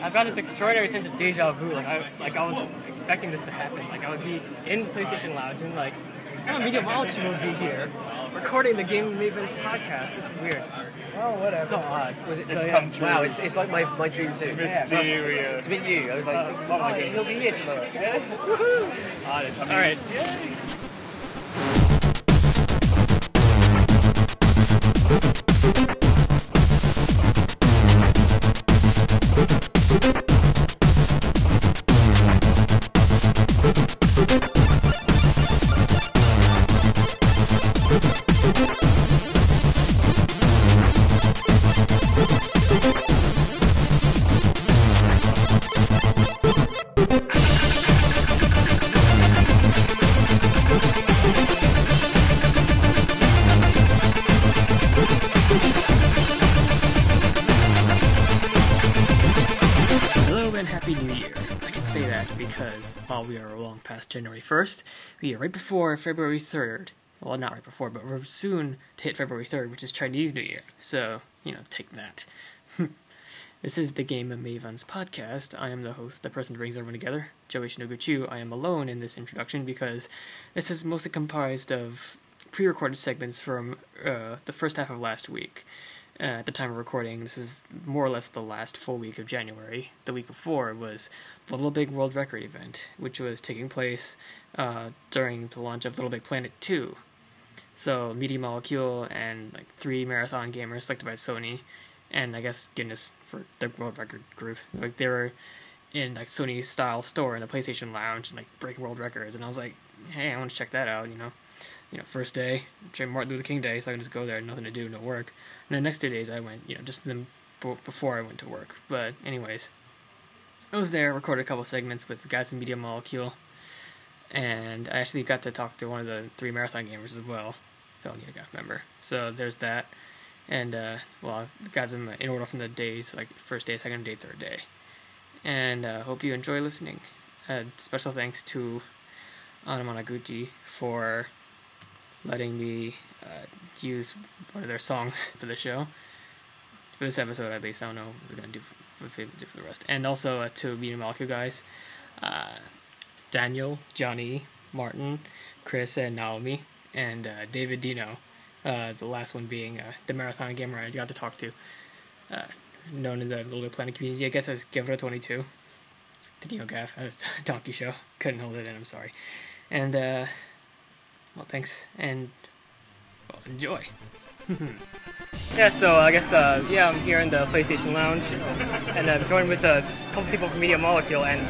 I've got this extraordinary sense of deja vu. Like I, like I was expecting this to happen. Like I would be in PlayStation Lounge and like some media molecule would be here, recording the Game Mavens podcast. It's weird. Oh, whatever. So odd. Was it, So, so, yeah. yeah. Wow, it's, it's like my, my dream too. Mysterious. To meet you, I was like, oh, oh my yeah, he'll be here tomorrow. Odd. It's- All right. Hello and Happy New Year. I can say that because while we are long past January 1st, we are right before February 3rd. Well, not right before, but we're soon to hit February 3rd, which is Chinese New Year. So, you know, take that. this is the Game of Mavens podcast. I am the host, the person who brings everyone together, Joey Shinoguchu. I am alone in this introduction because this is mostly comprised of pre recorded segments from uh, the first half of last week uh, at the time of recording, this is more or less the last full week of January. The week before was the Little Big World Record event, which was taking place uh, during the launch of Little Big Planet 2. So, Media Molecule and like three marathon gamers selected by Sony, and I guess Guinness for the world record group. Like they were in like Sony style store in the PlayStation Lounge and like breaking world records, and I was like, hey, I want to check that out, you know you know, first day, during Martin Luther King Day, so I can just go there, nothing to do, no work. And the next two days, I went, you know, just them b- before I went to work. But anyways, I was there, recorded a couple segments with the guys from Media Molecule, and I actually got to talk to one of the three marathon gamers as well, fellow Gaga member. So there's that, and uh, well, I got them in order from the days, like first day, second day, third day, and uh, hope you enjoy listening. Uh, special thanks to Anamanaguchi for letting me uh, use one of their songs for the show. For this episode, at least, I don't know what they're going to do for, for, do for the rest. And also uh, to Meet and Malku guys uh, Daniel, Johnny, Martin, Chris, and Naomi, and uh, David Dino. Uh, the last one being uh, the marathon gamer I got to talk to, uh, known in the Little Big Planet community, I guess, as Gevra22. The Dino Gaff, as Donkey Show. Couldn't hold it in, I'm sorry. And, uh, well, thanks, and well, enjoy. Yeah, so I guess uh, yeah, I'm here in the PlayStation Lounge, and I'm joined with a couple people from Media Molecule and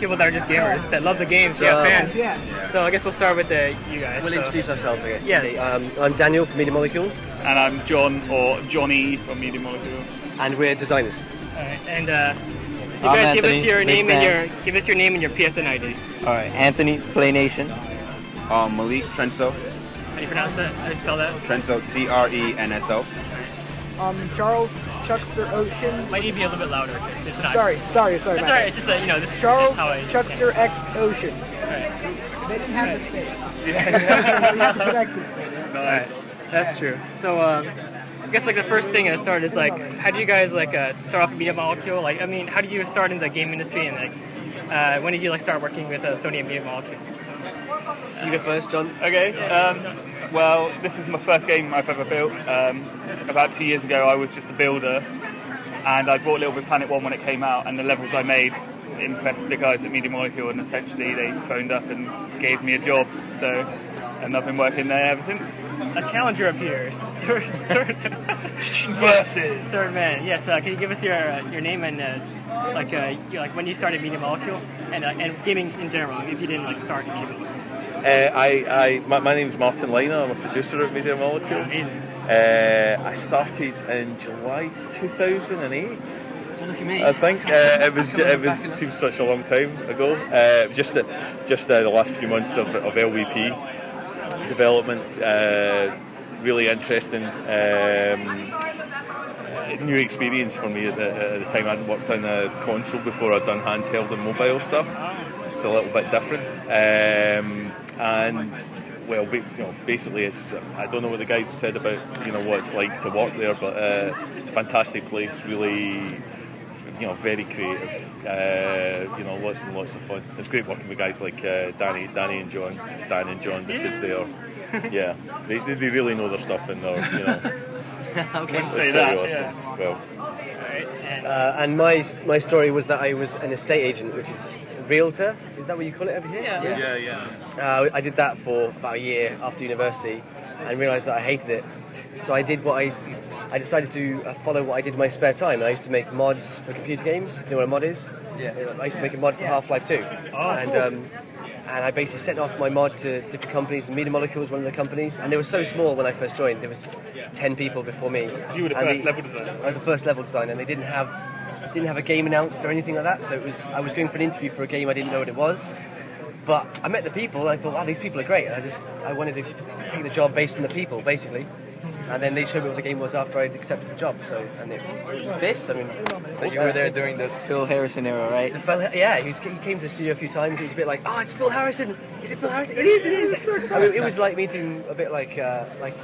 people that are just gamers that love the games. Yeah, So- um, fans. Yeah. So I guess we'll start with the you guys. We'll so. introduce ourselves, I guess. Yes. Um, I'm Daniel from Media Molecule, And I'm John or Johnny from Media Molecule. and we're designers. Alright, and uh, you I'm guys give us Anthony, your big name and fan. your give us your name and your PSN ID. All right, Anthony Play Nation. Um, Malik Trenso, How do you pronounce that? How do you spell that? Trenso, T R E N S O. Um, Charles Chuckster Ocean. Might need to be a little bit louder. 'cause It's not. Sorry, sorry, sorry. That's about alright. It's just that you know this. that. Charles is how I, Chuckster X Ocean. They didn't have the space. they have to put X's, so it's- Alright, that's true. So um, I guess like the first thing I start is like, how do you guys like uh, start off with Media Molecule? Like, I mean, how do you start in the game industry and like, uh, when did you like start working with uh, Sony and Media Molecule? You go first, John. Okay. Um, well, this is my first game I've ever built. Um, about two years ago, I was just a builder, and I bought Little Big Planet One when it came out, and the levels I made impressed the guys at Media Molecule, and essentially they phoned up and gave me a job. So, and I've been working there ever since. A challenger appears. Third, third, Versus. third man. Yes. Uh, can you give us your uh, your name and uh, like uh, you, like when you started Media Molecule and uh, and gaming in general? If you didn't like start in Media Molecule. Uh, I, I, my, my name's Martin Liner. I'm a producer at Media Molecule. Amazing. Uh, I started in July 2008. Don't look at me. I think uh, it was ju- it was it seems such a long time ago. Uh, it was just the, just uh, the last few months of, of LVP development. Uh, really interesting. Um, New experience for me at the, at the time. I'd worked on a console before. I'd done handheld and mobile stuff. It's a little bit different. Um, and well, ba- you know, basically, it's I don't know what the guys said about you know what it's like to work there, but uh, it's a fantastic place. Really you know, very creative. Uh, you know, lots and lots of fun. It's great working with guys like uh, Danny, Danny and John, Dan and John because they are, yeah, they, they they really know their stuff and they're, you know, okay. it's very Say that, awesome. yeah. Well, Uh, and my my story was that I was an estate agent, which is realtor. Is that what you call it over here? Yeah. yeah, yeah. Uh, I did that for about a year after university, and realised that I hated it. So I did what I I decided to uh, follow what I did in my spare time. I used to make mods for computer games. If you know what a mod is, yeah. I used to make a mod for Half Life Two, Oh, and. Um, and I basically sent off my mod to different companies. Media Molecule was one of the companies, and they were so small when I first joined. There was ten people before me. You were the And first level designer. I was the first level designer, and they didn't have didn't have a game announced or anything like that. So it was I was going for an interview for a game I didn't know what it was, but I met the people and I thought, wow, these people are great. And I just I wanted to, to take the job based on the people, basically. And then they showed me what the game was after I'd accepted the job. So and it was this. I mean, You were there during the Phil Harrison era, right? the fella, yeah, he, was, he came to the studio a few times. It was a bit like, oh, it's Phil Harrison. Is it Phil Harrison? It is. It is. I mean, it was like meeting a bit like uh, like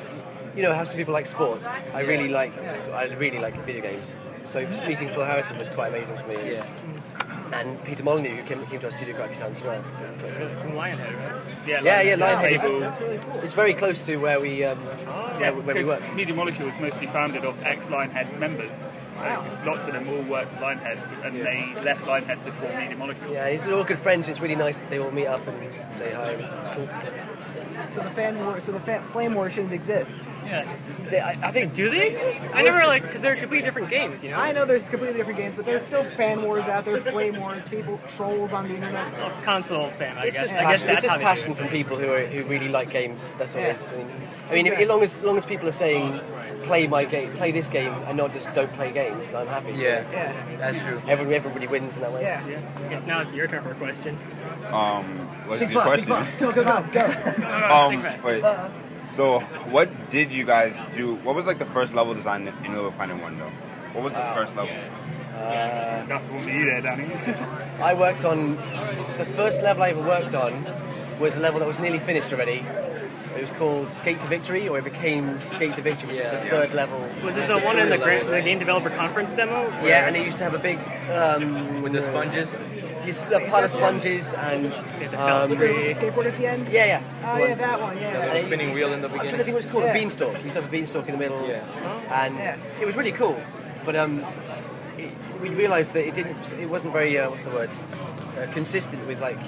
you know how some people like sports. I really like I really like video games. So just meeting Phil Harrison was quite amazing for me. Yeah. And Peter Molyneux, who came, came to our studio quite a few times as well. So it was great. From Lionhead, right? Yeah, yeah, Lionhead. Lionhead. It's very close to where we um, Yeah, where, where we work. because Media Molecule is mostly founded of ex Linehead members. Like, lots of them all worked at Linehead and they left Linehead to form Media Molecule. Yeah, these are all good friends. It's really nice that they all meet up and say hi. It's cool. So the fan war, so the fa- flame war shouldn't exist. Yeah. They, I, I think Do they exist? I never like because they're completely different games, you know. I know there's completely different games, but there's still fan wars out there, flame wars, people trolls on the internet. Console fan, I It's guess. just I guess passion. that's It's just how they do passion it. from people who are, who really like games. That's all Yeah. it is. I mean, I mean as long as as long as people are saying play my game, play this game, and not just don't play games, I'm happy. Yeah. that's true. Every, everybody wins in that way. Yeah. I guess now it's your turn for a question. Um, what's Big your boss, big question? boss. Go, go, go, go. Um, wait. So, what did you guys do? What was like the first level design in Little Planet One though? What was the first level? That's the one that you there, Danny. Uh, I worked on the first level I ever worked on was a level that was nearly finished already. It was called Skate to Victory, or it became Skate to Victory, which is the third level. Was it the one in the, gra- the game developer conference demo? where- Yeah, and it used to have a big um, With the sponges? just a pile of sponges and With um, the little skateboard at the end. yeah, yeah. that's Oh the yeah, one. that one. Yeah. And it- spinning it's- wheel in the I'm trying to beginning. think what it's called. A Yeah. beanstalk. You used to have a beanstalk in the middle, Yeah. and Yeah. it was really cool. But um, it, we realised that it didn't. It wasn't very uh, what's the word? Uh, consistent with like,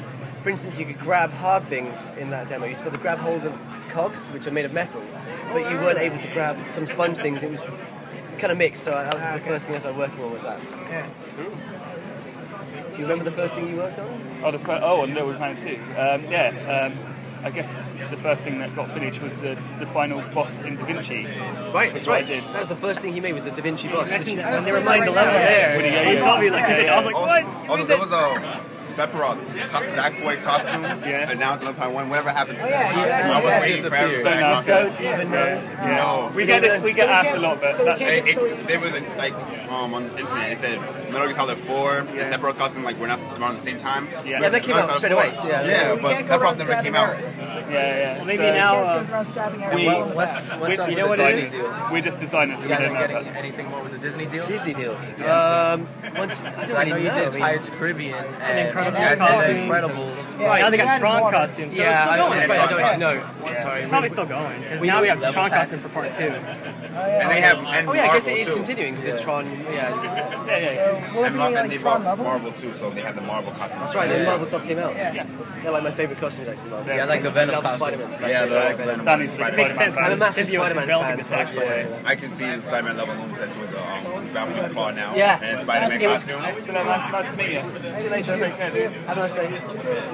for instance, you could grab hard things in that demo. You're supposed to grab hold of cogs, which are made of metal, but you weren't able to grab some sponge things. It was kind of mixed. So that was the first thing I started working on was that. Ah, Yeah. Do you remember the first thing you worked on? Oh, the fir- oh, and Little Big Planet 2. Um, yeah, um, I guess the first thing that got finished was the, the final boss in Da Vinci. Right, that's what I right. did. That was the first thing he made was the Da Vinci boss. Imagine which- that when they were playing the level there. Yeah, He yeah, told me yeah. like Yeah, I was like, Also, what? also, there was a Sephiroth co- Sackboy costume Yeah. announced in Little Planet One. Whatever happened to Oh, that? yeah, exactly, I was yeah. waiting for everybody. Don't to know. come Don't even know. No. We get it, we get asked a lot, but So we that, can't- It, it, there was a, like um, on the internet it said Metal Gear Solid 4, the Sephiroth costume like we're not supposed to be on at the same time. Yeah. Yeah, that came out straight away. Yeah, Yeah, so we but can't go Sephiroth around never came stabbing out. Eric. yeah, yeah. Maybe So now Can't uh, just around stabbing Eric. We- Well, What's, that- what's on you the know what it Disney is? deal? We're just designers, so You we guys don't are know getting about anything more with the Disney deal? Disney deal. Um, once I don't I know really you know. did I mean, Pirates Caribbean and, Incredibles and costumes. Incredibles. Yeah, now they we got added Tron water. costumes. So yeah, it's I, still I'm going. afraid I don't actually know. Sorry. It's probably still going because We now know we have the level Tron pack. costume for part two. And they have and Oh yeah, I guess it Marvel, is too. continuing because it's Tron. Yeah, Yeah, yeah, yeah. So will it And, be Mar- and like they Tron bought levels? Marvel too, so they have the Marvel costume. that's right. The Yeah. Marvel stuff came out. Yeah. They're like my favorite costumes actually. Marvel. Yeah, I like the I Venom love costume. Spider-Man. Yeah, the like, that. Venom Danny's Spider-Man. It makes sense. Spider-Man I'm a massive Symbiote Spider-Man developing fan. the So that's Spider-Man. great. I can see the Spider-Man level one that's with the um, Batman Claw now. Yeah. And Spider-Man It was- costume. fan. Nice to meet you. See you later. Have a nice day.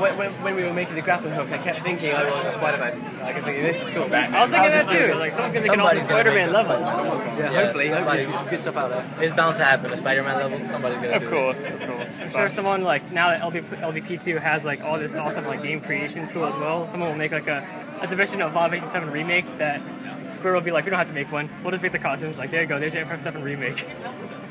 When, when, when we were making the grappling hook, I kept thinking I was Spider-Man. I kept thinking this is cool. I was thinking How's that this too. doing? Like someone's gonna make an awesome Somebody's gonna make Spider-Man a- level. Yeah, Yeah, hopefully, hopefully somebody- there's some good stuff out there. It's bound to happen. A Spider-Man level, somebody's gonna Of do it. course, of course. I'm sure someone like now that LVP, LVP2 has like all this awesome like game creation tool as well. Someone will make like a as a version of Final Fantasy 7 remake that Square will be like, we don't have to make one. We'll just make the costumes. Like there you go. There's your FF7 remake.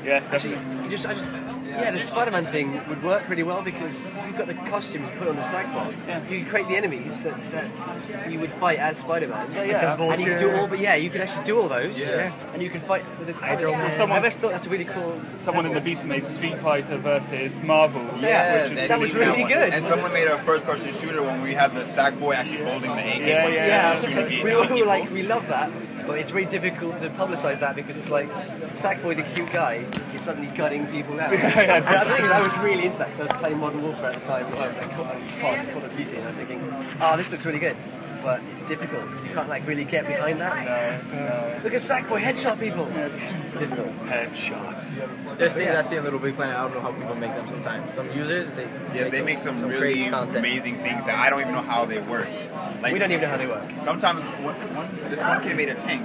Yeah, definitely. Actually, you just, I just, Yeah, the Spider-Man thing would work really well because if you've got the costumes put on the Sackbot, you could create the enemies that, that you would fight as Spider-Man. Yeah, yeah. The And you can do all, but yeah, you can actually do all those. Yeah. And you can fight with a Hydro Man. I just thought that's really cool. Someone in the beta made Street Fighter versus Marvel. Yeah, which is that they was did really one. good. And someone made a first-person shooter one where you have the sack boy actually holding the AK. Yeah, when he's yeah. shooting at we people. all were like, we love that, but it's really difficult to publicise that because it's like Sackboy, the cute guy, is suddenly gutting people out. and I think I was really into that because I was playing Modern Warfare at the time. I was like, Call, Call, Call of Duty, and I was thinking, oh, this looks really good. But it's difficult because you can't like really get behind that. Look at Sackboy headshot people. It's difficult. Headshots. There's things I see in Little Big Planet. I don't know how people make them sometimes. Some users, they Yeah, they some- make some, crazy really amazing things that I don't even know how they work. Like We don't even know how they work. sometimes one, one, this one kid made a tank,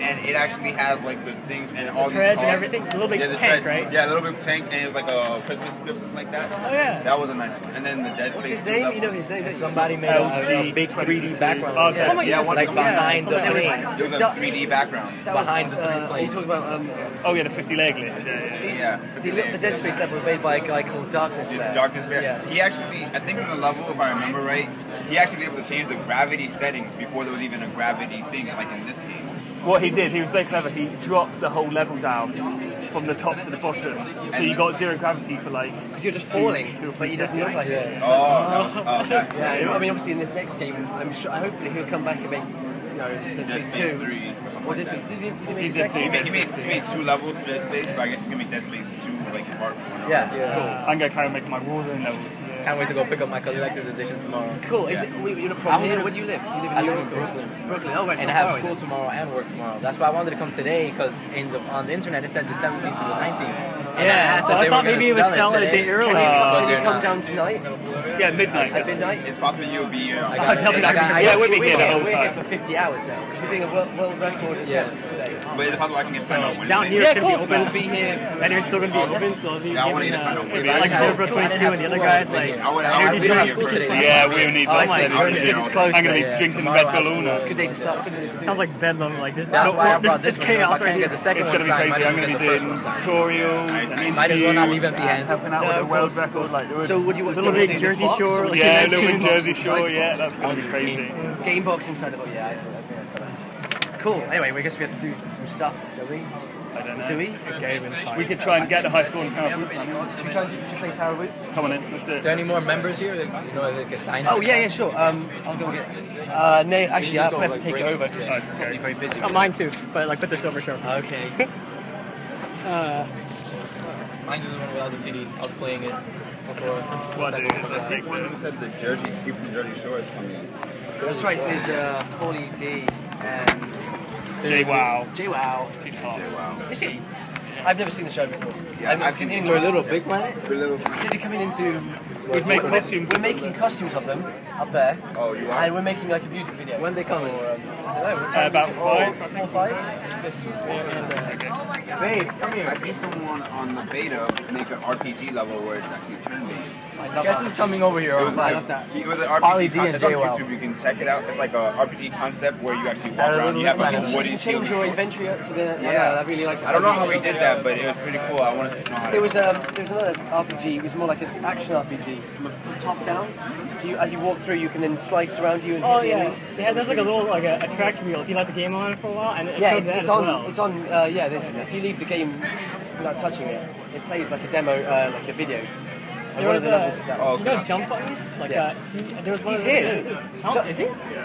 and it actually has like the things and all these treads and cars. everything? A little big yeah, the tank, treads. right? Yeah, a little big tank, and it was like a Christmas gift, something like that. Oh, yeah. That was a nice one. And then the Dead Space. What's his two name? levels. You know his name. don't you? Oh, Somebody made LG a, a big 22. 3D background. Oh, Yeah. Someone Yeah, used- one- Like someone- behind someone- the There was, thing. It was a duck- 3D background. that was behind the three uh, Are you planes. talking about um, Oh yeah, the 50 leg glitch. Yeah, yeah. Yeah. the, the Dead Space level was made by a guy called Darkness Just Bear. Darkness Bear. Yeah. He actually, I think on the level, if I remember right, he actually was able to change the gravity settings before there was even a gravity thing, like in this game. What he did, he was very clever. He dropped the whole level down from the top to the bottom, so you got zero gravity for like. Because you're just two- falling, two or but three he doesn't look seconds. like it. Oh, that was, oh that, Yeah, I mean, obviously in this next game, I'm sure, I hope that he'll come back and make, you know, Dead Dead Space Space 2. 3 or something Or like Dead Space, that. did he, did he make He a did second? He the- made, he, made, he made two levels of Dead Space, but I guess he's gonna make Dead Space 2 like in part 1. Yeah. I'm gonna carry on making my Warzone levels. Yeah. Can't wait to go pick up my collector's edition tomorrow. Cool. Is it, wait, you're not from I'm here? gonna- Where do you live? Do you live in I New live York? in or- Brooklyn. Brooklyn. Oh, right. And so I have sorry. school tomorrow and work tomorrow. That's why I wanted to come today because in the, on the internet it said the 17th to the 19th. And I asked so if I they thought were gonna maybe it was sell selling a today, day early. but Can you they're come not. down tonight Yeah, midnight. at midnight? It's possible you'll be here. I on- got I'll tell it. them I got- I Yeah, got- we'll be we're here the whole we're time. here for 50 hours now because we're doing a world, world record Yeah. attempt today. But it's possible I can get signed on Wednesday. Down here, Yeah, it's gonna of be open. course, We'll be here for And you're still gonna be open, so if you Yeah, I wanna given, eat a uh, sandwich. it's Like I Cobra 22 and the other guys, like I would, I would energy be drinks. here first. today. Yeah, we'll oh need I that. see. I'll be Okay. here It's on- close I'm gonna be today, yeah. drinking Tomorrow Red I have Bull to Uno. work. It's a good day to start. Sounds like bedlam. Like there's That's why no, I there's, brought there's this one. If I chaos right can't here. get the second It's one gonna be signed, crazy. I'm might as well gonna be get the doing first one signed. tutorials and interviews, Might as well not leave empty and handed. helping out No, with of the world course. records, like doing So, what do you want Little to do? Big See the Jersey box? Shore, Or like yeah, game Little Big box Jersey inside Shore. the Yeah, box? that's gonna be crazy. Game box inside the box. Yeah, I thought I think that's better. Cool. Anyway, I guess we have to do some stuff, don't we? I don't know. Do we? We could try and get the high score in Tower Boot, man. Should we try and do, should we play Tower Root? Come on in, let's do Are there it. any more members here? that, You know, that can sign up? Oh yeah, yeah, sure. Um, I'll go get. Uh, no, actually, I'll have to take it over because Alright, she's probably very busy. Oh, mine too, but like put the silver shirt. on. Okay. Mine just went without the CD. I was playing it before. What I do is I take One of them said the Jersey, he from Jersey Shore is coming in. That's right. There's uh, Paulie D and the J Wow. J Wow. She's hot. Wow. Is she? I've never seen the show before. Yeah, I'm- I've seen in- We're Little Big Planet? We're little. Did they come in into? We've made costumes. We're making costumes of them up there. Oh, you are? And we're making like a music video. um, When they coming? I don't know. What Uh, time about is it? Four- five, I Four, five. Oh, Babe, come here. I see someone on the beta make an RPG level where it's actually turn-based. I love Guess who's that. coming over here? It was, I like, love that. it was an RPG Harley D and concept. It's on JWoww. YouTube. You can check it out. It's like a RPG concept where you actually walk Out of around. the You have like Little a Big wooden You shield. change your inventory up for the. I, know, I really like. I don't know how we did that, but it was pretty cool. I want to know how There to was um, there was another RPG. It was more like an action RPG, from top down. So you, as you walk through, you can then slice around you and hit Oh the yeah, enemies. yeah. There's like a little like a, a track wheel. If you let the game on for a while, and it Yeah, shows it's, that it's as on. well. It's on. Uh, yeah, there's, if you leave the game without touching it, it plays like a demo, uh, like a video. And There one was of the a- levels is that. Oh, You know, jump button. Like Yeah. uh, he, there was one He's of those. here. Is, John, is he?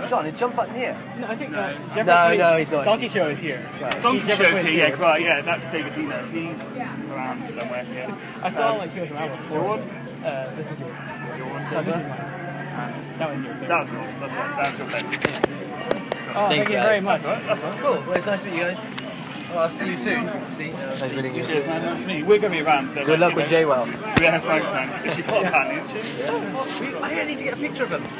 John, a jump button here. No, I think uh, Jefferson- No, no, he's not. Donkey Show is here. Donkey Jefferson Show's is here, yeah, right, yeah, that's David Dino. He's around somewhere, yeah. Um, I saw like he was around with one. Uh, this is yours. No, this is mine. That was yours. That's cool, that's right, that's your thing. Oh, thank you very much. Cool. Oh, Well, it's nice to meet you guys. Well, I'll see you soon. See. Uh, see you. Cheers, man, nice to meet you. We're going to be around, so... Good luck with Jay. J-Well. Yeah, thanks, man. Is she hot, apparently, isn't she? We, I really need to get a picture of him. right,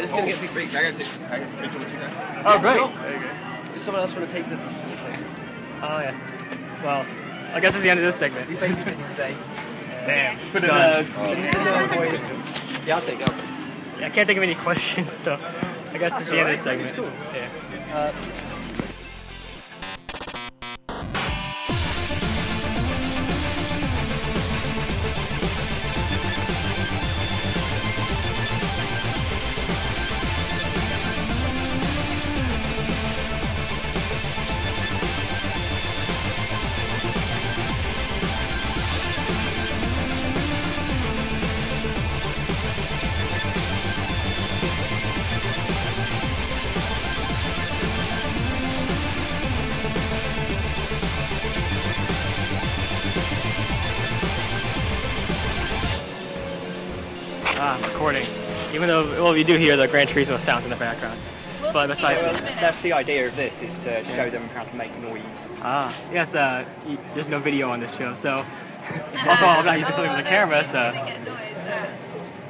let's go Oh, and get a wait, picture. I gotta take I gotta picture with you guys. Oh, great. Does someone else want to take the? Oh yes. Well, I guess it's the end of this segment. We babysitting today. Uh, Damn. Put it Done. in The little boys. Yeah, I'll take it. I can't think of any questions, so I guess it's the end of this segment. Yeah. Uh, Ah, I'm recording. Even though, well, you do hear the Gran Turismo sounds in the background. But besides that, That's the idea of this, is to show them how to make noise. Ah, yes, uh, y- there's no video on this show, so. also, I'm not using something with a camera, so.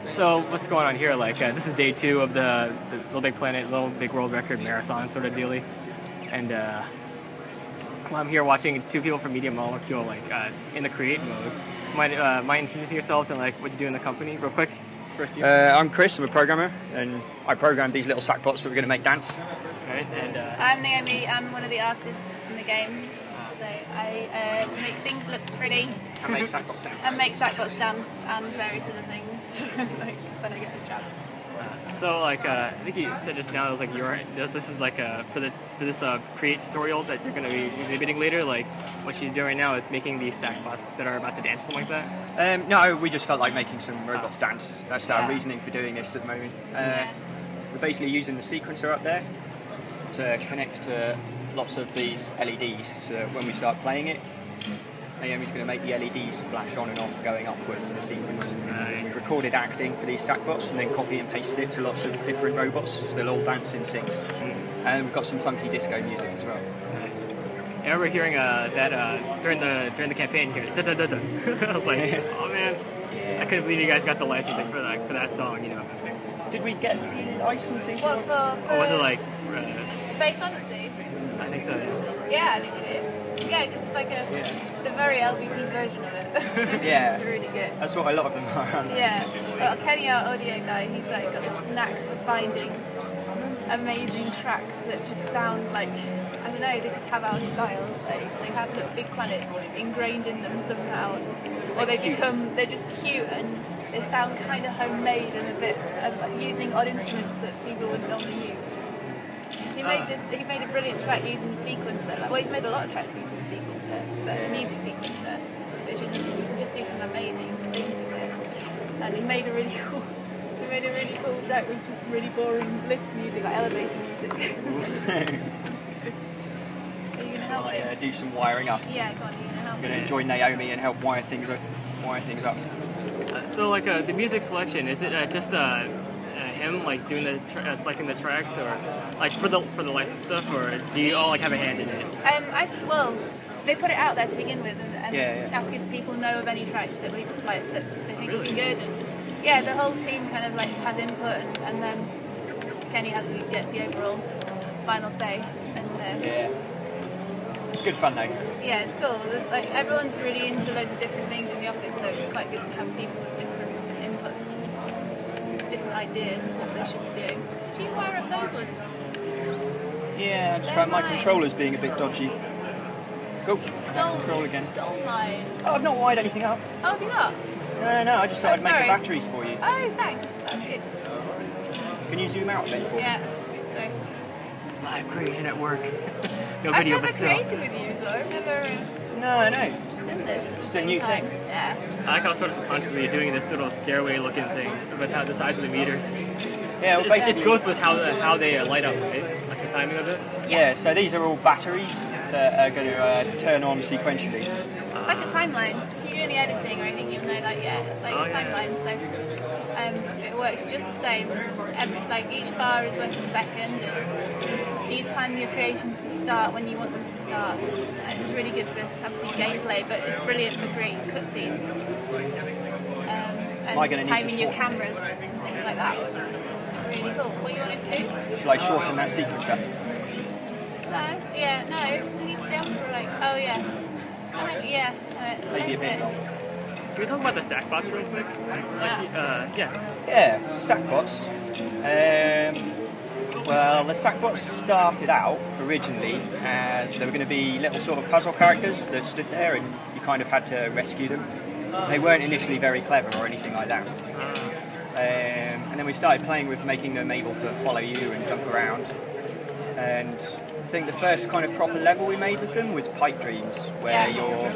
So, what's going on here? Like, uh, this is day two of the, the Little Big Planet, Little Big World Record marathon, sort of dealy. And, uh, well, I'm here watching two people from Media Molecule, like, uh, in the create mode. Mind, uh, mind introducing yourselves and, like, what you do in the company, real quick? First, you. Uh, I'm Chris, I'm a programmer, and I programmed these little sackbots that we're going to make dance. Right, and, uh, I'm Naomi. I'm one of the artists in the game. So I uh, make things look pretty and make sackbots dance. and make sackbots dance and various other things like when I get the chance. So like uh, I think you said just now, it was like you're this, this is like uh, for the for this uh, create tutorial that you're going to be exhibiting later. Like what she's doing right now is making these sackbots that are about to dance, something like that. Ah. Um, no, we just felt like making some robots dance. That's our reasoning for doing this at the moment. Uh, We're basically using the sequencer up there to connect to lots of these LEDs. So that when we start playing it, Naomi's going to make the LEDs flash on and off, going upwards in a sequence. We recorded acting for these sackbots and then copied and pasted it to lots of different robots, so they'll all dance in sync. Hmm. And we've got some funky disco music as well. I remember hearing uh, that uh, during the during the campaign here. Da, da, da, da. I was like, oh man, I couldn't believe you guys got the licensing for that for that song. You know, Did we get the licensing? What for? for or was it like? for, Uh, Space Odyssey? I think so. Yeah, I think it is. Yeah, because it's like a it's a very LVP version of it. Yeah. it's really good. That's what a lot of them are. aren't they? Yeah, well, Kenny, our audio guy, he's like got this knack for finding amazing tracks that just sound like I don't know, they just have our style. Like they have little big planet ingrained in them somehow, or they become they're just cute and they sound kind of homemade and a bit um, like, using odd instruments that people would normally use. He made this. He made a brilliant track using the sequencer. Like, well, he's made a lot of tracks using the sequencer, but the music sequencer, which is you can just do some amazing things with it. And he made a really cool. He made a really cool track with just really boring lift music, like elevator music. Are you gonna help me? Uh, do some wiring up. Yeah, go on. Are you gonna help I'm going to me? join Naomi and help wire things up. Wire things up. Uh, so like uh, the music selection is it uh, just uh, uh, him like doing the tra- uh, selecting the tracks or like for the for the license stuff or do you all like have a hand in it? Um, I well, they put it out there to begin with, and, and Yeah, yeah. ask if people know of any tracks that we like that they think would be good, and yeah, the whole team kind of like has input, and, and then Kenny has gets the overall final say, and um, Yeah. It's good fun though. yeah, it's cool. There's, like everyone's really into loads of different things in the office, so it's quite good to have people with different inputs and different ideas of what they should be doing. Do you wire up those ones? Yeah, I'm just trying my They're mine. controller's being a bit dodgy. Go. Stole, Control again. Stole mine. Oh, I've not wired anything up. Oh, have you not? No, no, I just thought I'm I'd make Oh, sorry. the batteries for you. Oh, thanks. That's good. Can you zoom out a bit for me? Yeah. Sorry. Live creation at work. no I've video, never but still. created with you before. I've never um, No, I know. done this. at the It's a same new time. thing. Yeah. I like how sort of subconsciously you're doing this sort of stairway looking thing with how the size of the meters. Yeah, well, It's- basically. it goes with how the, how they uh, light up, right? Like the timing of it. Yeah, so these are all batteries that are going to uh, turn on sequentially. It's like a timeline. If you do any editing or anything, you'll know. Like, yeah, it's like Oh, a yeah. timeline. So um, it works just the same. Every, like each bar is worth a second. And so you time your creations to start when you want them to start. And it's really good for obviously gameplay, but it's brilliant for creating cutscenes. Um, and Am I gonna need to timing your shorten cameras, this? and things like that. It's really cool. What you wanted to do? Shall I shorten that sequencer? No, yeah, no. Does it need to stay on for like? Oh yeah. How much? Yeah. alright, Maybe okay. a bit long. Can we talk about the sackbots real quick? Like, uh, yeah. Yeah, Sackbots. Um, well, the Sackbots started out originally as they were going to be little sort of puzzle characters that stood there and you kind of had to rescue them. They weren't initially very clever or anything like that. uh, Um, and then we started playing with making them able to follow you and jump around. And I think the first kind of proper level we made with them was Pipe Dreams, where Yeah. you're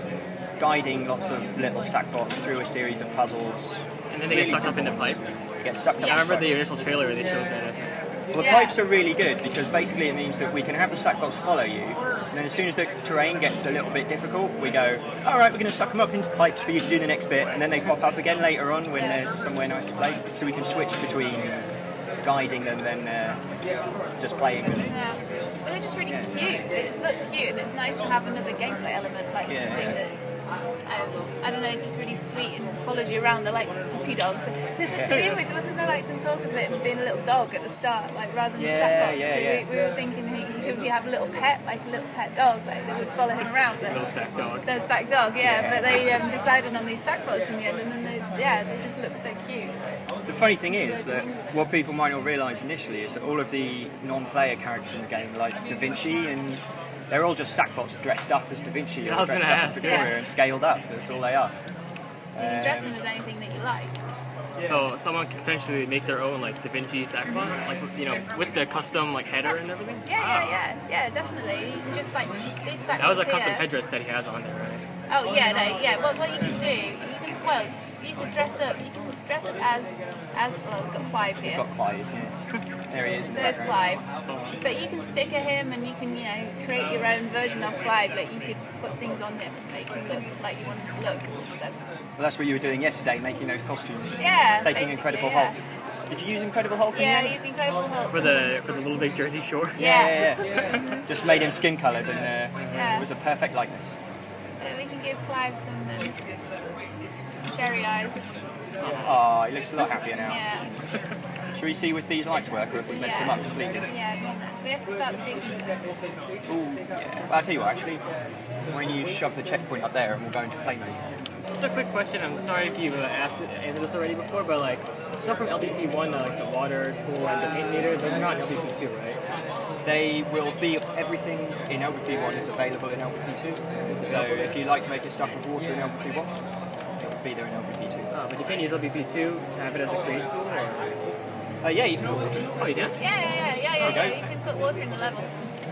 guiding lots of little Sackbots through a series of puzzles. And then they get Really sucked up into simple ones. pipes. Get sucked I up. remember into the initial trailer where they showed that. Well, the Yeah. pipes are really good because basically it means that we can have the sackbots follow you, and then as soon as the terrain gets a little bit difficult, we go, all right, we're going to suck them up into pipes for you to do the next bit, and then they pop up again later on when there's somewhere nice to play. So we can switch between guiding them and uh, just playing them. Yeah. Well, they're just really cute. They just look cute, and it's nice to have another gameplay element, like Yeah. something that's, um, I don't know, just really sweet and follows you around. They're like puppy dogs. This to Yeah. begin with, wasn't there like some talk of it being a little dog at the start, like rather than Yeah, Sackbots? yeah, so yeah. We, we were thinking he, he could be have a little pet, like a little pet dog, like that would follow him around. But Little sack dog. The sack dog, yeah. Yeah. But they um, decided on these Sackbots in the end, and then they, yeah, they just look so cute. The funny thing is that what people might not realise initially is that all of the non-player characters in the game, like Da Vinci, and they're all just sackbots dressed up as Da Vinci Yeah, I or was dressed gonna up as ask, Victoria yeah. and scaled up. That's all they are. You can dress them as anything that you like. um, So someone could potentially make their own like Da Vinci sackbot, like you know, with the custom like header and everything. Yeah, yeah, yeah, yeah, definitely. You can just like this sack That was a here. custom headdress that he has on there, right? Oh yeah, no, yeah. Well, what you can do, you can well, you can dress up. You can dress up as as well. We've got Clive We've here. got Clive. Yeah. There he is. In the There's background. Clive. But you can sticker him, and you can you know create your own version of Clive. Like you could put things on him, and make him look like you want him to look. So, Well, that's what you were doing yesterday, making those costumes. Yeah, Taking basically, Incredible yeah. Hulk. Did you use Incredible Hulk? yeah, In the end? he's incredible. Hulk. For the for the little big Jersey Shore. Yeah. Yeah, yeah, yeah. Just made him skin coloured, and uh, Yeah. it was a perfect likeness. Uh, we can give Clive some um, cherry eyes. Oh, he looks a lot happier now. Yeah. Should we see if these lights work, or if we messed them up completely? Yeah, we have to start the sequence. Ooh, yeah. Well, I'll tell you what, actually, why don't you shove the checkpoint up there and we'll go into play mode. Just a quick question. I'm sorry if you uh, asked answered this already before, but like stuff from LDP one, like the water tool and the paint meter, those are not LDP two, right? They will be everything in LPP1 is available in LPP2. So if you like making stuff with water in LPP1, it will be there in LPP2. Uh, but you can't use LDP two to have it as a create tool. Or... Uh, yeah, you can put water. Oh, you did. Yeah, yeah, yeah, yeah, yeah, Okay. yeah. You can put water in the level.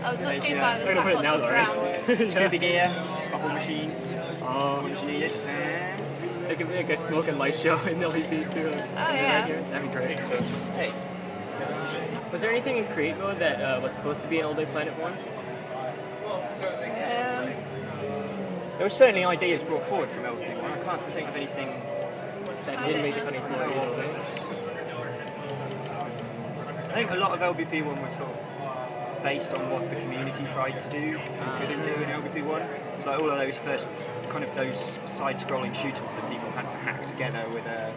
Oh, it's not Yes, too yeah. far. The We're gonna put it sackbots now, will though, drown. right? Oh. Scooby Gear, bubble machine, all what you needed. And It could be like a smoke and light show in LDP two. Oh yeah. That'd be great. hey, Was there anything in create mode that uh, was supposed to be in All Day Planet one? Um, there were certainly ideas brought forward from LPP1. I can't think of anything. That didn't make the cutting floor. you know, right? I think a lot of LPP1 was sort of based on what the community tried to do um, and couldn't do in LPP1. So like all of those first kind of those side-scrolling shooters that people had to hack together with a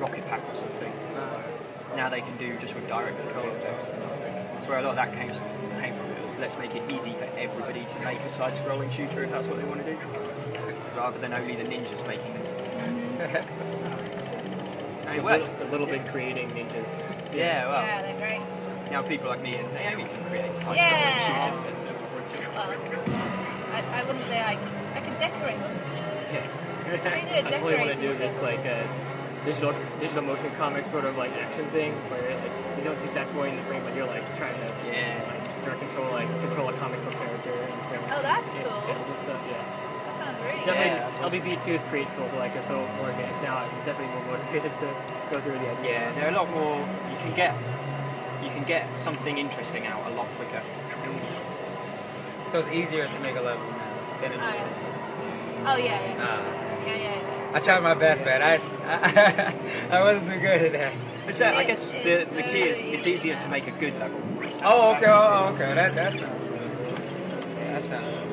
rocket pack or something. uh, Now they can do just with direct control objects. That's where a lot of that came, came from. It was let's make it easy for everybody to make a side-scrolling shooter if that's what they want to do, rather than only the ninjas making them. and it The worked. little, the little bit creating ninjas. Yeah, well. Yeah, they're great. Now people like me and Naomi can create side Yeah. shooters. Well, I, I wouldn't say I can. I can decorate them. Pretty good I at totally want to decorating do this stuff. like a digital digital motion comic sort of like action thing where like, you don't see Sackboy in the frame, but you're like trying to Yeah. like direct control like control a comic book character. And everything. Oh, that's Yeah, cool. yeah, and stuff, yeah. That sounds really good. Definitely, that's awesome. LBP 2's create tools like are so more advanced now. I'm definitely more motivated to go through the idea. Yeah, they're a lot more. You can get you can get something interesting out a lot quicker. So it's easier to make a level now than it Oh, is. yeah. Oh, yeah, yeah. Yeah, yeah, yeah. I tried my best, man. I, I, I wasn't too good at that. It's, uh, I guess the, the key is it's easier to make a good level. Oh, okay, oh, oh, okay. That, that sounds good. That sounds good.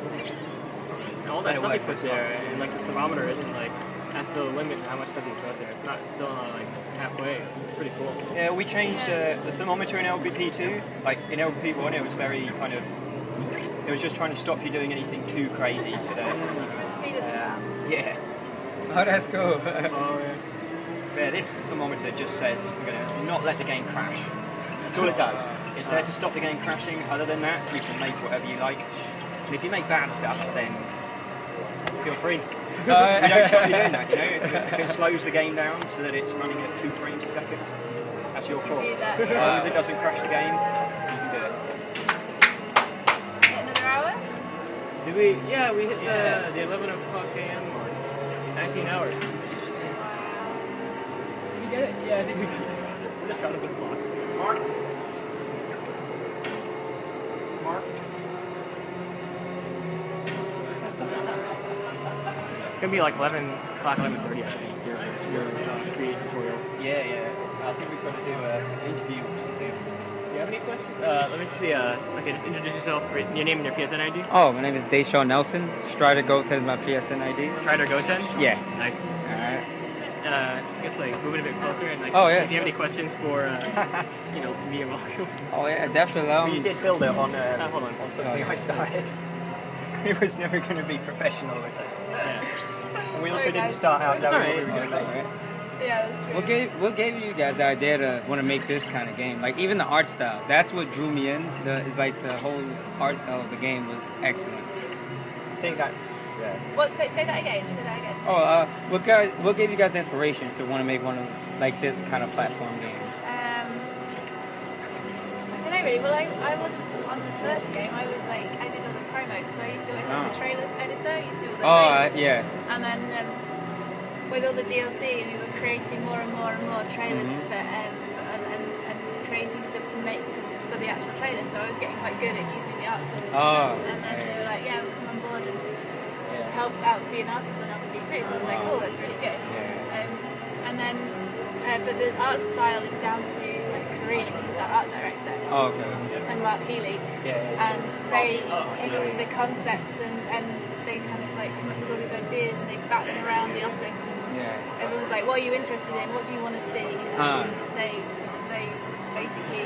And all that stuff you put there, and like the thermometer isn't like has to limit how much stuff you put there. It's not it's still not like halfway. It's pretty cool. Yeah, we changed uh, the thermometer in LBP2. Like in LBP1, it was very kind of. It was just trying to stop you doing anything too crazy. So that, Let's read it. yeah. Oh, that's cool. Yeah, this thermometer just says we're going to not let the game crash. That's all it does. It's there to stop the game crashing. Other than that, you can make whatever you like. And if you make bad stuff, then feel free. Uh, we don't stop you doing that, you know. If it, if it slows the game down so that it's running at two frames a second, that's your call. Do that, As yeah. long as Uh, it doesn't crash the game, you can do it. Hit Another hour? Did we? Yeah, we hit the, the 11 o'clock a.m. or 19 hours. Did we get it? Yeah, I think we did. It's gonna be like 11 o'clock, 11:30, I think. Your, your uh, create tutorial. Yeah, yeah. I think we've got to do uh, an interview or something. Do you have any questions? Uh, let me see. Uh, okay, just introduce yourself. re- Your name and your PSN ID. Oh, my name is Deshaun Nelson. Strider Goten is my PSN ID. Strider Goten? Yeah. Nice. Uh, I guess like moving a bit closer and like. Oh, yeah, If you have any questions for, uh, you know, me and Malcolm. Oh yeah, definitely. Oh, Um, you did build it on, uh, Uh, hold on. on something I started. it was never going to be professional with it. And we also Sorry, didn't guys. start out It's knowing what alright. we were going to do. Yeah, that's true. What gave What gave you guys the idea to want to make this kind of game? Like even the art style. That's what drew me in. The is like the whole art style of the game was excellent. I think that's yeah. What, say, say that again. Say that again. Oh, uh, what guys? What gave you guys the inspiration to want to make one of like this kind of platform game? Um, I don't know really. Well, I, I wasn't on the first game. I was like, I did all the promos, so I used to work as Oh. a trailers editor. I used to do all the Oh, uh, trailers. yeah. And then um, with all the DLC, we were creating more and more and more trailers Mhm. for, um, for- and, and, and creating stuff to make to, for the actual trailers. So I was getting quite good at using the art service. Oh, and then they were like, yeah, we'll come on board and help out be an artist on LPD too. So I was like, Wow. cool, that's really good. Um, and then, uh, but the art style is down to like Karina, who's our art director, Oh, okay. and Mark Healy. Yeah. And they came up with the concepts and, and they kind of like come up with all these ideas and they bat them around the office and Yeah. everyone's like, what are you interested in? What do you want to see? And Ah. they, they basically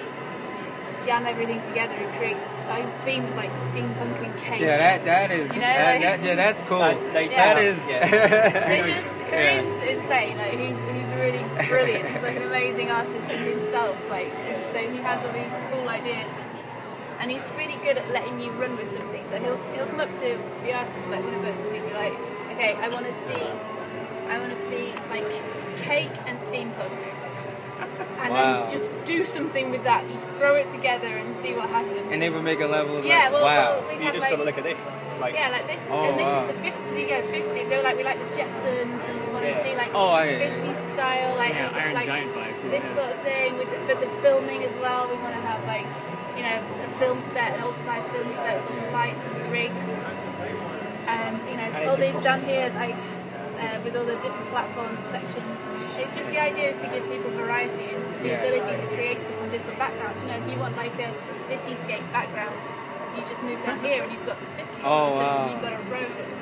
jam everything together and create like, themes like steampunk and cake. Yeah, that that is. You know, that, like- that- yeah, that's cool. they that tell- is. They just Kareem's insane. Like he's he's really brilliant. He's like an amazing artist in himself. Like and so he has all these cool ideas, and he's really good at letting you run with something. So he'll he'll come up to the artist like one of us and he'll be like, okay, I want to see, I want to see like cake and steampunk. And Wow. then just do something with that. Just throw it together and see what happens. And they would make a level. Of Yeah, like, well, wow. well, we You have, just gotta like- look at this. It's like yeah, like this, Oh, and this wow. is the 50s, you go 50s. They were like, we like the Jetsons, and we want to Yeah. see like Oh, yeah, yeah, yeah. 50s style, like, Yeah, Iron like Giant vibes, this yeah. sort of thing. With the, but the filming as well, we want to have like, you know, a film set, an old style film set with all the lights and the rigs, and you know, And all it's these important. done here, like uh, with all the different platform sections. It's just the idea is to give people variety and the Yeah. ability to create stuff from different backgrounds. You know, if you want like a cityscape background, you just move down here and you've got the city. Oh, All of a sudden wow. You've got a road at the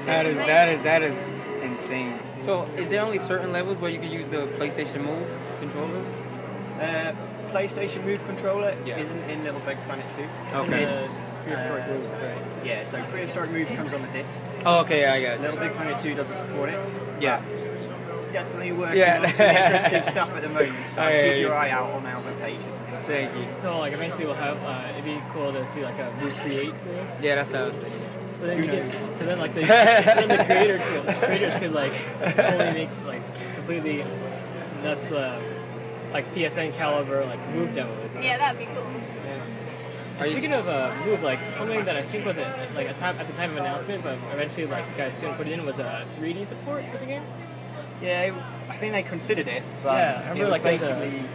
bottom. That is that is that is insane. So, is there only certain levels where you can use the PlayStation Move controller? Uh, PlayStation Move controller isn't in Little Big Planet 2. Okay. It's, Prehistoric uh, Yeah, so Prehistoric Moves comes on the disc. Oh, okay, I got it. Little Big Planet 2 doesn't support it. Yeah. but Definitely working Yeah. on some interesting stuff at the moment, so Oh, yeah, keep your yeah. eye out on our pages. Thank you. So like eventually we'll have uh, it'd be cool to see like a recreate tools. Yeah, that's what I was thinking. So then, you Who get, knows? so then like the, so then the creator could, the creators could like totally make like completely nuts uh, like PSN caliber like move demos. yeah, that'd be cool. And Speaking of uh, move, like something that I think was at like a time, at the time of announcement, but eventually like you guys couldn't put it in was uh, 3D support for the game. Yeah, I think they considered it, but yeah, I it remember was like there was a- basically.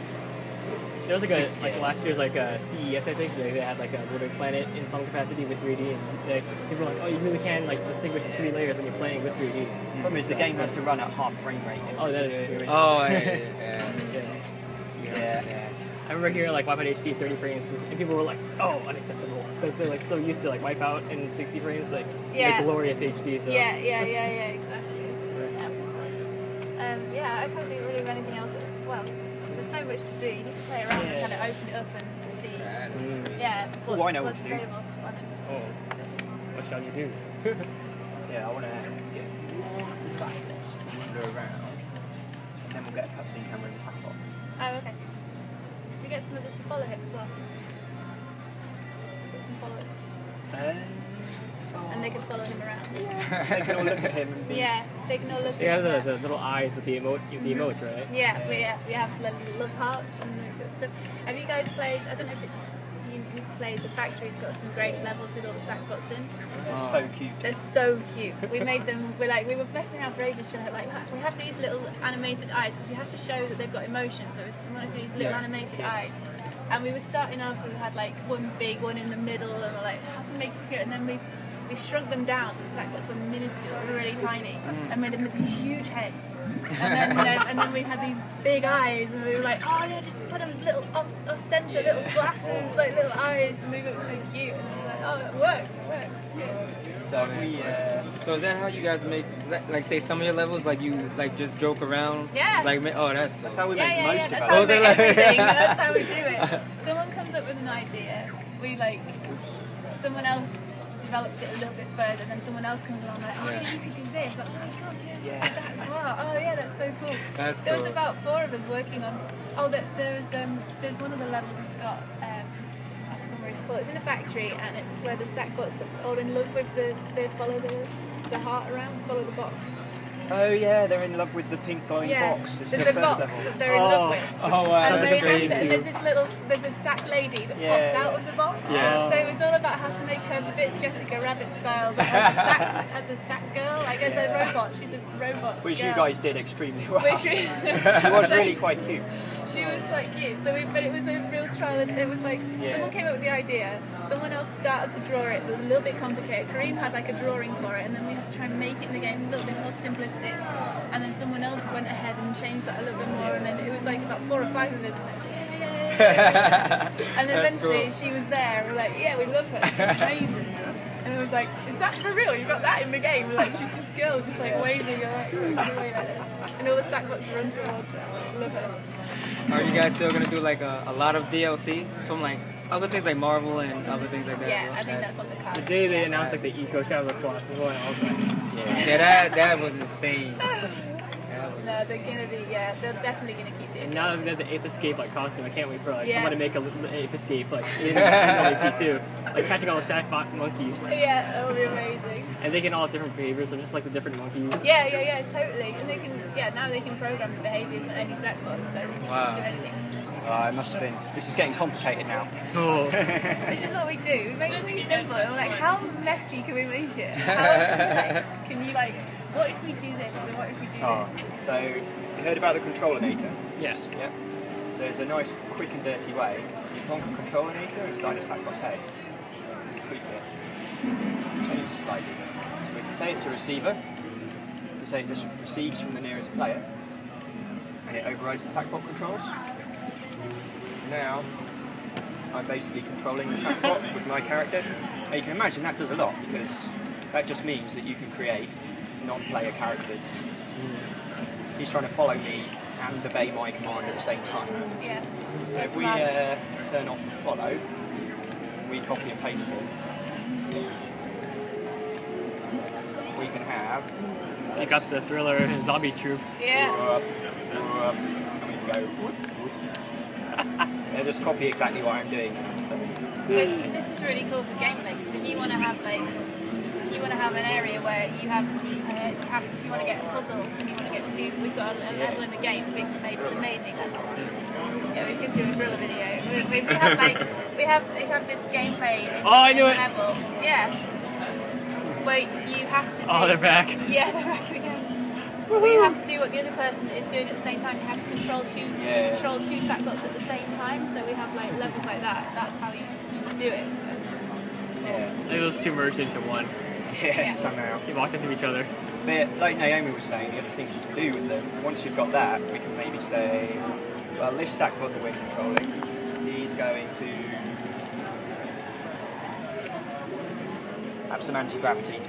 there was like a like last year's like uh, CES I think they, they had like a Little Big Planet in some capacity with 3D and like, people were like oh you really can like distinguish the three layers when you're playing with 3D. problem is the game has to run at half frame rate. Oh, that is true. Oh, yeah, yeah, yeah. yeah. I remember hearing like Wipeout HD 30 frames, and people were like, "Oh, unacceptable," because they're like so used to like Wipeout and 60 frames, like Yeah. the glorious HD. uh, So. Yeah, yeah, yeah, yeah, exactly. Yeah. Um, yeah, I can't think really of anything else. That's, well, there's so much to do. You need to play around and kind of open it up and see. Yeah. Oh, what's- I know what what's to do. available on it. Mm. Oh, what shall you do? yeah, I want to get all of the cyclops to wander around, and then we'll get a cutscene camera in the cyclops. Oh, okay. We get some others to follow him as well. So some followers. Uh, And they can follow him around. they can all look at him and be. Yeah, they can all look They at have the, the little eyes with the emote, the Mm-hmm. emotes, right? Yeah, we, yeah, we have lo- love hearts and all that good stuff. Have you guys played? I don't know if it's you who plays the factory has got some great levels with all the Sackbots in. They're so cute. They're so cute. We made them. We're like we were messing around for ages trying to like we have these little animated eyes because you have to show that they've got emotion. So if you want to do these little Yeah. animated eyes, and we were starting off we had like one big one in the middle and we're like how to make it cute and then we we shrunk them down so the Sackbots were minuscule, really tiny, Mm. and made them with these huge heads. and then, then and then we had these big eyes, and we were like, oh yeah, just put them as little off, off center, little glasses, like little eyes, and they look so cute. And we were like, oh, it works, it works. Yeah. So we, uh, so is that how you guys make like, like say some of your levels like you like just joke around? Yeah. Like ma- oh that's that's how yeah, yeah, yeah, that's how we do everything. That's how we do it. Someone comes up with an idea, we like, someone else develops it a little bit further, then someone else comes along like, oh yeah, Yeah. you could do this. Like, oh my god, yeah, you could do that as well. Oh yeah, that's so cool. That's there was cool. about four of us working on. Oh, there, there was um, there's one of the levels that's got. Um, I forgot what it's called. It's in a factory, and it's where the Sackbots are all in love with the. They follow the, the heart around, follow the box. Oh yeah, they're in love with the pink glowing Yeah, box. It's there's the a first box level. that they're in love with. Oh wow, and they have to, and there's this little, there's a sack lady that Yeah, pops out of the box. Yeah. So it was all about how to make her a bit Jessica Rabbit style, but as a sack, as a sack girl, like as a robot. She's a robot. Which girl. you guys did extremely well. Which we- she was really quite cute. She was quite cute. So we, but it was a real trial and it was like Yeah. someone came up with the idea, someone else started to draw it. It was a little bit complicated. Kareem had like a drawing for it, and then we had to try and make it in the game a little bit more simplistic. And then someone else went ahead and changed that a little bit more, and then it was like about four or five of us. Like, yeah, yeah, yeah, yeah. and That's eventually cool. she was there. We're like, yeah, we love her. She's amazing. And it was like, is that for real? You got that in the game? We're like, she's this girl, just like waving away, waving away like this. And all the sackbots run towards her. Love her. Are you guys still gonna do like a, a lot of DLC from like other things like Marvel and other things like that? Yeah, I think that's on the The card. day they announced like the Eco Shadow Colossus one, I was like, Yeah, that that was insane. No, they're gonna be yeah, they're definitely gonna keep doing And it. now that we got the Ape Escape like costume, I can't wait for like Yeah. someone to make a little Ape Escape like in, in LAP too, like catching all the sackbot monkeys, Yeah, that would be amazing. and they can all have different behaviors. They're just like the different monkeys. Yeah, yeah, yeah, totally. And they can yeah, now they can program the behaviours on any Zekbot, so they can just Wow. do anything. Uh, it must have been. This is getting complicated now. This is what we do. We make things simple and we're like, how messy can we make it? How complex can you like what if we do this and what if we do this? Oh. So, you heard about the controlinator? Yes. Yep. There's a nice, quick and dirty way. You bonk a controlinator inside a Sackbot's head. Tweak it. Change it slightly. So we can say it's a receiver. We can say it just receives from the nearest player. And it overrides the Sackbot controls. Now, I'm basically controlling the Sackbot with my character. Now you can imagine that does a lot because that just means that you can create non-player characters. He's trying to follow me and obey my command at the same time. Yeah. If we uh, turn off the follow, we copy and paste him. We can have. They got the thriller and zombie troop. Yeah. Up, up, and we go. whoop, whoop. They'll just copy exactly what I'm doing now. So. So it's- this is really cool for gameplay because if you want to have like, if you want to have an area where you have, uh, you have to, if you want to get a puzzle and you want to get two, we've got a, a level in the game, which is made this amazing level. Yeah, we could do a thriller video. We, we, we have like, we have we have this gameplay in, Oh, I knew in it. level. Yeah. Where you have to. Do, Oh, they're back. Yeah, they're back again. Where you have to do what the other person is doing at the same time. You have to control two, Yeah. to control two sackbots at the same time. So we have like levels like that. That's how you do it. Like, those two merged into one. Yeah, somehow. They walked into each other. But like Naomi was saying, the other things you can do with them, once you've got that, we can maybe say, well, this sackbot that we're controlling, he's going to have some anti-gravity.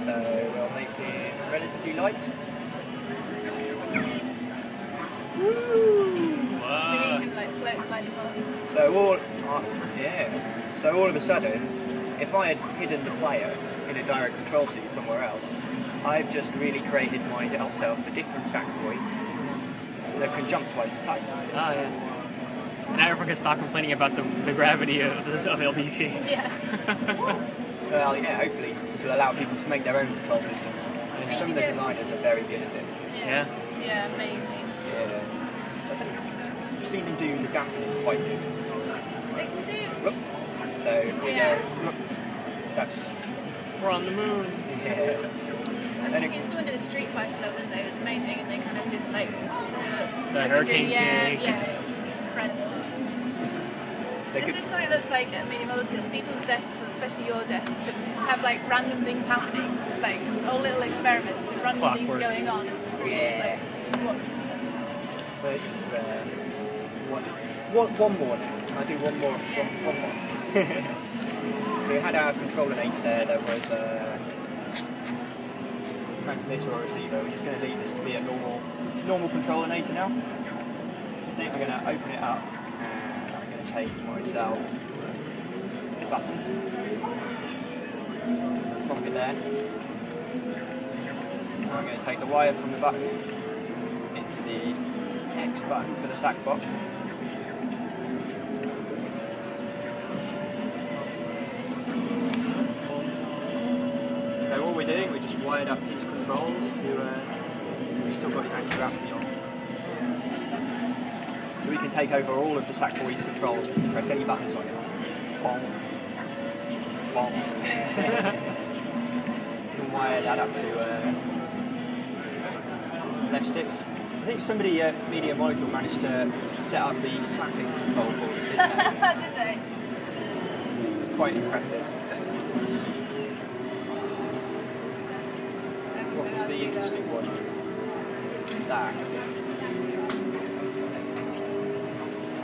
So we'll make it relatively light. So he can like float slightly more. So all, uh, yeah. So all of a sudden, if I had hidden the player in a direct control seat somewhere else, I've just really created myself a different sack boy that can jump twice as high. Ah, yeah. And now everyone can stop complaining about the, the gravity of, this- of LBP. Well, yeah. Hopefully, this will allow people to make their own control systems. Some of the designers are very good at it. Yeah. Yeah, amazing. Yeah. I've seen them do the dampening quite good. They can do. So if we Yeah. go, look, that's We're on the moon. I was thinking someone did a street fighter level, didn't they? It was amazing, and they kind of did like the, The hurricane Yeah, kick. yeah, it was incredible. They this could- is what it looks like at Medium Old Fields. People's desks, especially your desk, sometimes have like random things happening, like all little experiments and random Clockwork. things going on and screen. Yeah. Like, just watching stuff. this is uh, one, one, one more now. I do one more. One, one more. so we had our controller data there. There was a transmitter or receiver. We're just going to leave this to be a normal, normal controller data now. Then we're going to open it up, and I'm going to take myself the button from it there. Now I'm going to take the wire from the button into the X button for the sack box. So all we're doing, we're just wired up these controls to. Uh, we've still got his anti-gravity on, so we can take over all of the sack boy's controls. Press any buttons on it. Bong, bong. You can wire that up to. Uh, left sticks. I think somebody at Media Molecule managed to set up the sampling control board. Did they? It's quite impressive. What was the interesting one? That.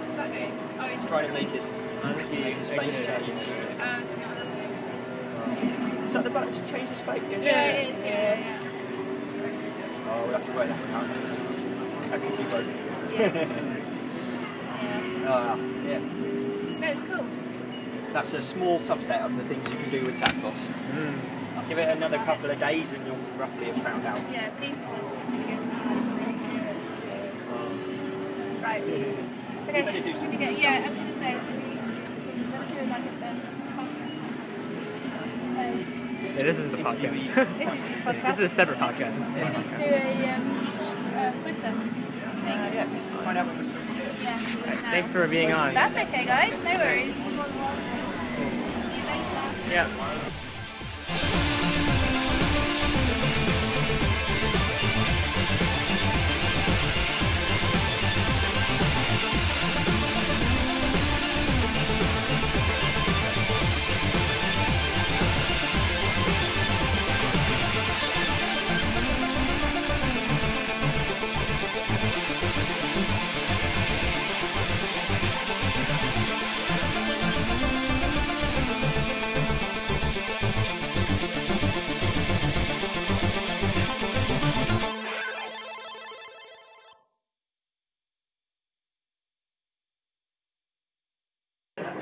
Is that good? Oh, it's Let's try to make his, make his face change. Uh, is it not that Is that the button to change his face? big? Yes. Yeah, it is. Yeah, yeah, yeah. Oh, we'll have to wait that out. That could be broken. Ah, yeah. No, it's cool. That's a small subset of the things you can do with Sackboss. Give it another couple of days and you'll roughly have found out. Yeah, people. Right. Okay. We're gonna do some we get- stuff. yeah, I was gonna say. we- let's do like a, um, podcast. Um, Yeah, this is the podcast. This is the podcast. This is a separate podcast. This is my Let's podcast. do a um, uh, Twitter. Uh, yes, find out what we're supposed to do. Yeah. now. Thanks for being on. That's okay, guys. No worries. See you later. Yeah.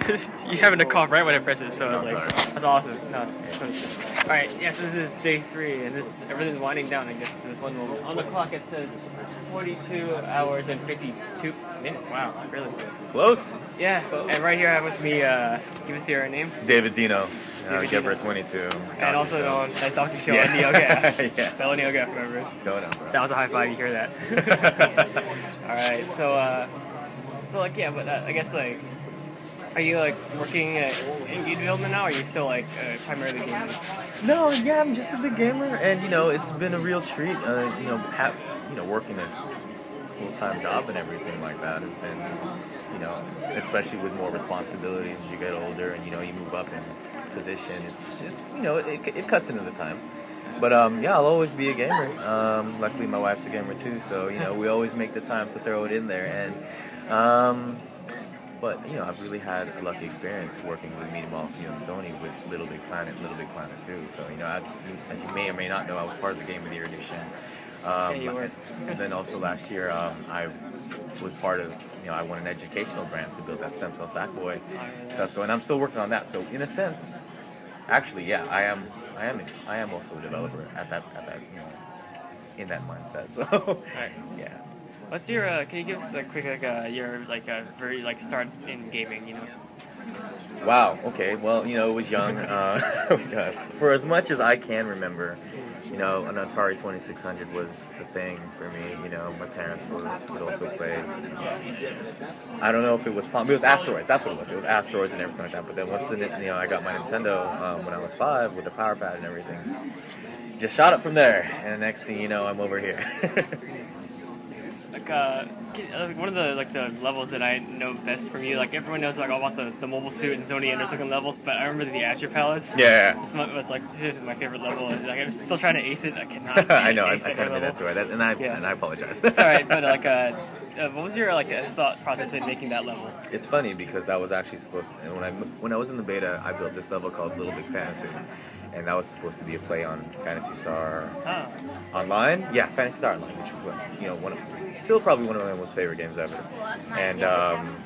you having a cough right when I press it, so I was like, that's awesome. No, it's- it's- all right, yeah, so this is day three, and this everything's winding down, I guess, to this one moment. On the clock, it says 42 hours and 52 minutes. Wow, really good. Close. Yeah, and right here I have with me, uh, give us your name, David Dino. Uh, David Giver 22. and also oh, known as Dr. Show Yeah. and NeoGaf. Yeah. Fellow NeoGaf members. What's going on, bro? That was a high five, you hear that. all right, so, uh, so like, yeah, but uh, I guess, like, are you, like, working at, in game development now, or are you still, like, uh, primarily game development? No, yeah, I'm just a big gamer, and you know, it's been a real treat. Uh, you know, ha- you know, working a full-time job and everything like that has been, you know, especially with more responsibilities as you get older and you know you move up in position. It's it's you know it, it cuts into the time. But um, yeah, I'll always be a gamer. Um, luckily, my wife's a gamer too, so you know we always make the time to throw it in there. And um, but you know, I've really had a lucky experience working with Media Molecule and Sony with Little Big Planet, Little Big Planet too. So you know, I, as you may or may not know, I was part of the Game of the Year edition. Yeah, Um, you were. And then also last year, um, I was part of. You know, I won an educational grant to build that stem cell Sackboy stuff. So, and I'm still working on that. So, in a sense, actually, yeah, I am. I am. I am also a developer at that. At that. You know, in that mindset. So, yeah. What's your? Uh, can you give us a quick like uh, your like uh, very like start in gaming? You know. Wow. Okay. Well, you know, it was young. Uh, for as much as I can remember, you you know, an Atari 2600 was the thing for me. You know, my parents were, would also play. I don't know if it was Palm. It was Asteroids. That's what it was. It was Asteroids and everything like that. But then once the Nin- you know I got my Nintendo um, when I was five with the Power Pad and everything, just shot up from there. And the next thing you know, I'm over here. Like uh, get- uh, one of the like the levels that I know best from you, like everyone knows like all about the, the mobile suit and Sony Anderson levels, but I remember the Azure Palace. Yeah. This one was like this is my favorite level. and, Like I'm still trying to ace it. I cannot. I know. I, I ace Azure kind of made level. that to that, and I and I apologize. It's alright, but uh, like, uh, uh, what was your like uh, thought process in making that level? It's funny because that was actually supposed. To, and when I when I was in the beta, I built this level called Little Big Fantasy, and that was supposed to be a play on Fantasy Star Oh. Online. Yeah, Fantasy Star Online, which was you know one of, still probably one of my most favorite games ever. And um,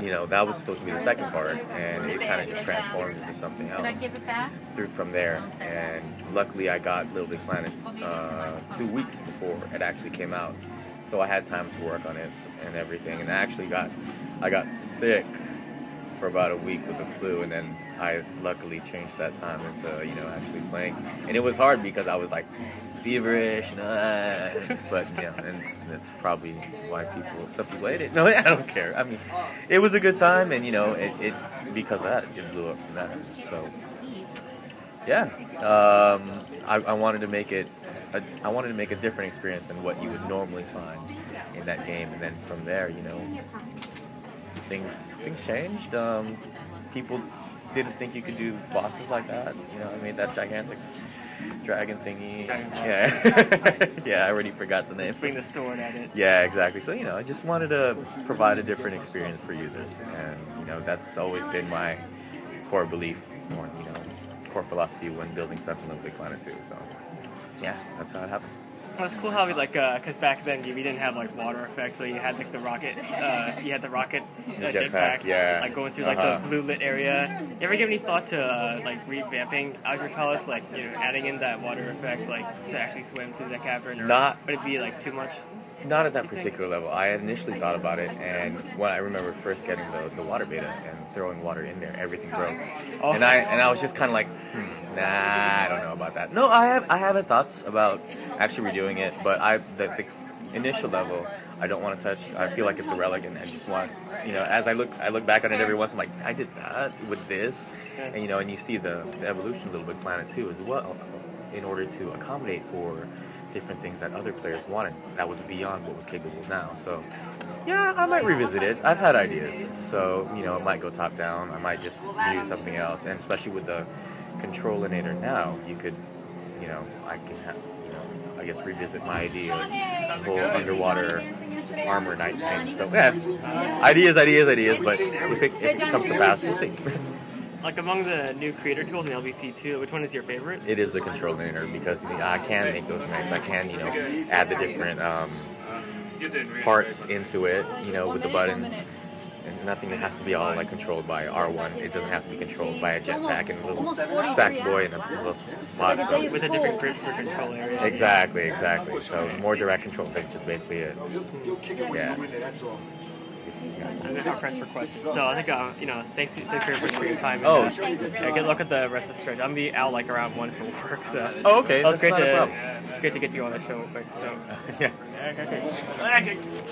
you know that was supposed to be the second part, and it kind of just transformed into something Can I else give it back? through from there. And luckily, I got Little Big Planet uh, two weeks before it actually came out, so I had time to work on it and everything. And I actually got I got sick for about a week with the flu, and then I luckily changed that time into you know actually playing. And it was hard because I was like feverish, and, uh, but yeah, and that's probably why people some people hate it. No, I don't care. I mean, it was a good time, and you know it, it because of that it blew up from that. So yeah, um, I, I wanted to make it. A, I wanted to make a different experience than what you would normally find in that game, and then from there, you know, things things changed. Um, people didn't think you could do bosses like that. You know, I made that gigantic dragon thingy. Yeah, yeah. I already forgot the name. Swing the sword at it. Yeah, exactly. So you know, I just wanted to provide a different experience for users, and you know, that's always been my core belief or you know, core philosophy when building stuff in Little Big Planet 2. So yeah, that's how it happened. Well, it's cool how we like, uh 'cause back then you, we didn't have like water effects, so you had like the rocket, uh, you had the rocket The uh, jetpack, yeah. like going through like Uh-huh. the blue lit area. You ever give any thought to uh, like revamping Azure Palace, like you know adding in that water effect, like to actually swim through the cavern, or Not- would it be like too much? Not at that particular level. I had initially thought about it, and when I remember first getting the, the water beta and throwing water in there, everything broke. Oh. And I and I was just kind of like, hmm, nah, I don't know about that. No, I have I have thoughts about actually redoing it, but I the, the initial level I don't want to touch. I feel like it's a relic, and I just want you know as I look I look back on it every once, I'm like, I did that with this, and you know, and you see the, the evolution of Little Big Planet too as well, in order to accommodate for different things that other players wanted that was beyond what was capable now. So yeah, I might revisit it. I've had ideas, so you know, it might go top down. I might just do something else, and especially with the controlinator now, you could, you know, I can have, you know, I guess revisit my idea of full underwater armor night thing. So yeah, ideas, ideas, ideas. But if it, if it comes to pass, we'll see. Like among the new creator tools in LVP two, which one is your favorite? It is the controlinator because the, I can make those nights. I can, you know, add the different. Um, parts into it, you know, with the buttons. And nothing has to be all like controlled by R1. It doesn't have to be controlled by a jetpack and a little Almost 43 sack boy and a little slot. So. with a different grip for control area. Exactly, exactly. So more direct control, which is basically it. Yeah. I'm not pressed for questions. So I think uh, you know, thanks, thanks very much for your time. Oh. and, uh, yeah, good luck at the rest of the stretch. I'm gonna be out like around one for work. So Oh, okay, That was that's great not a to problem. it's great to get you on the show real quick. So Yeah. Okay, okay. Okay.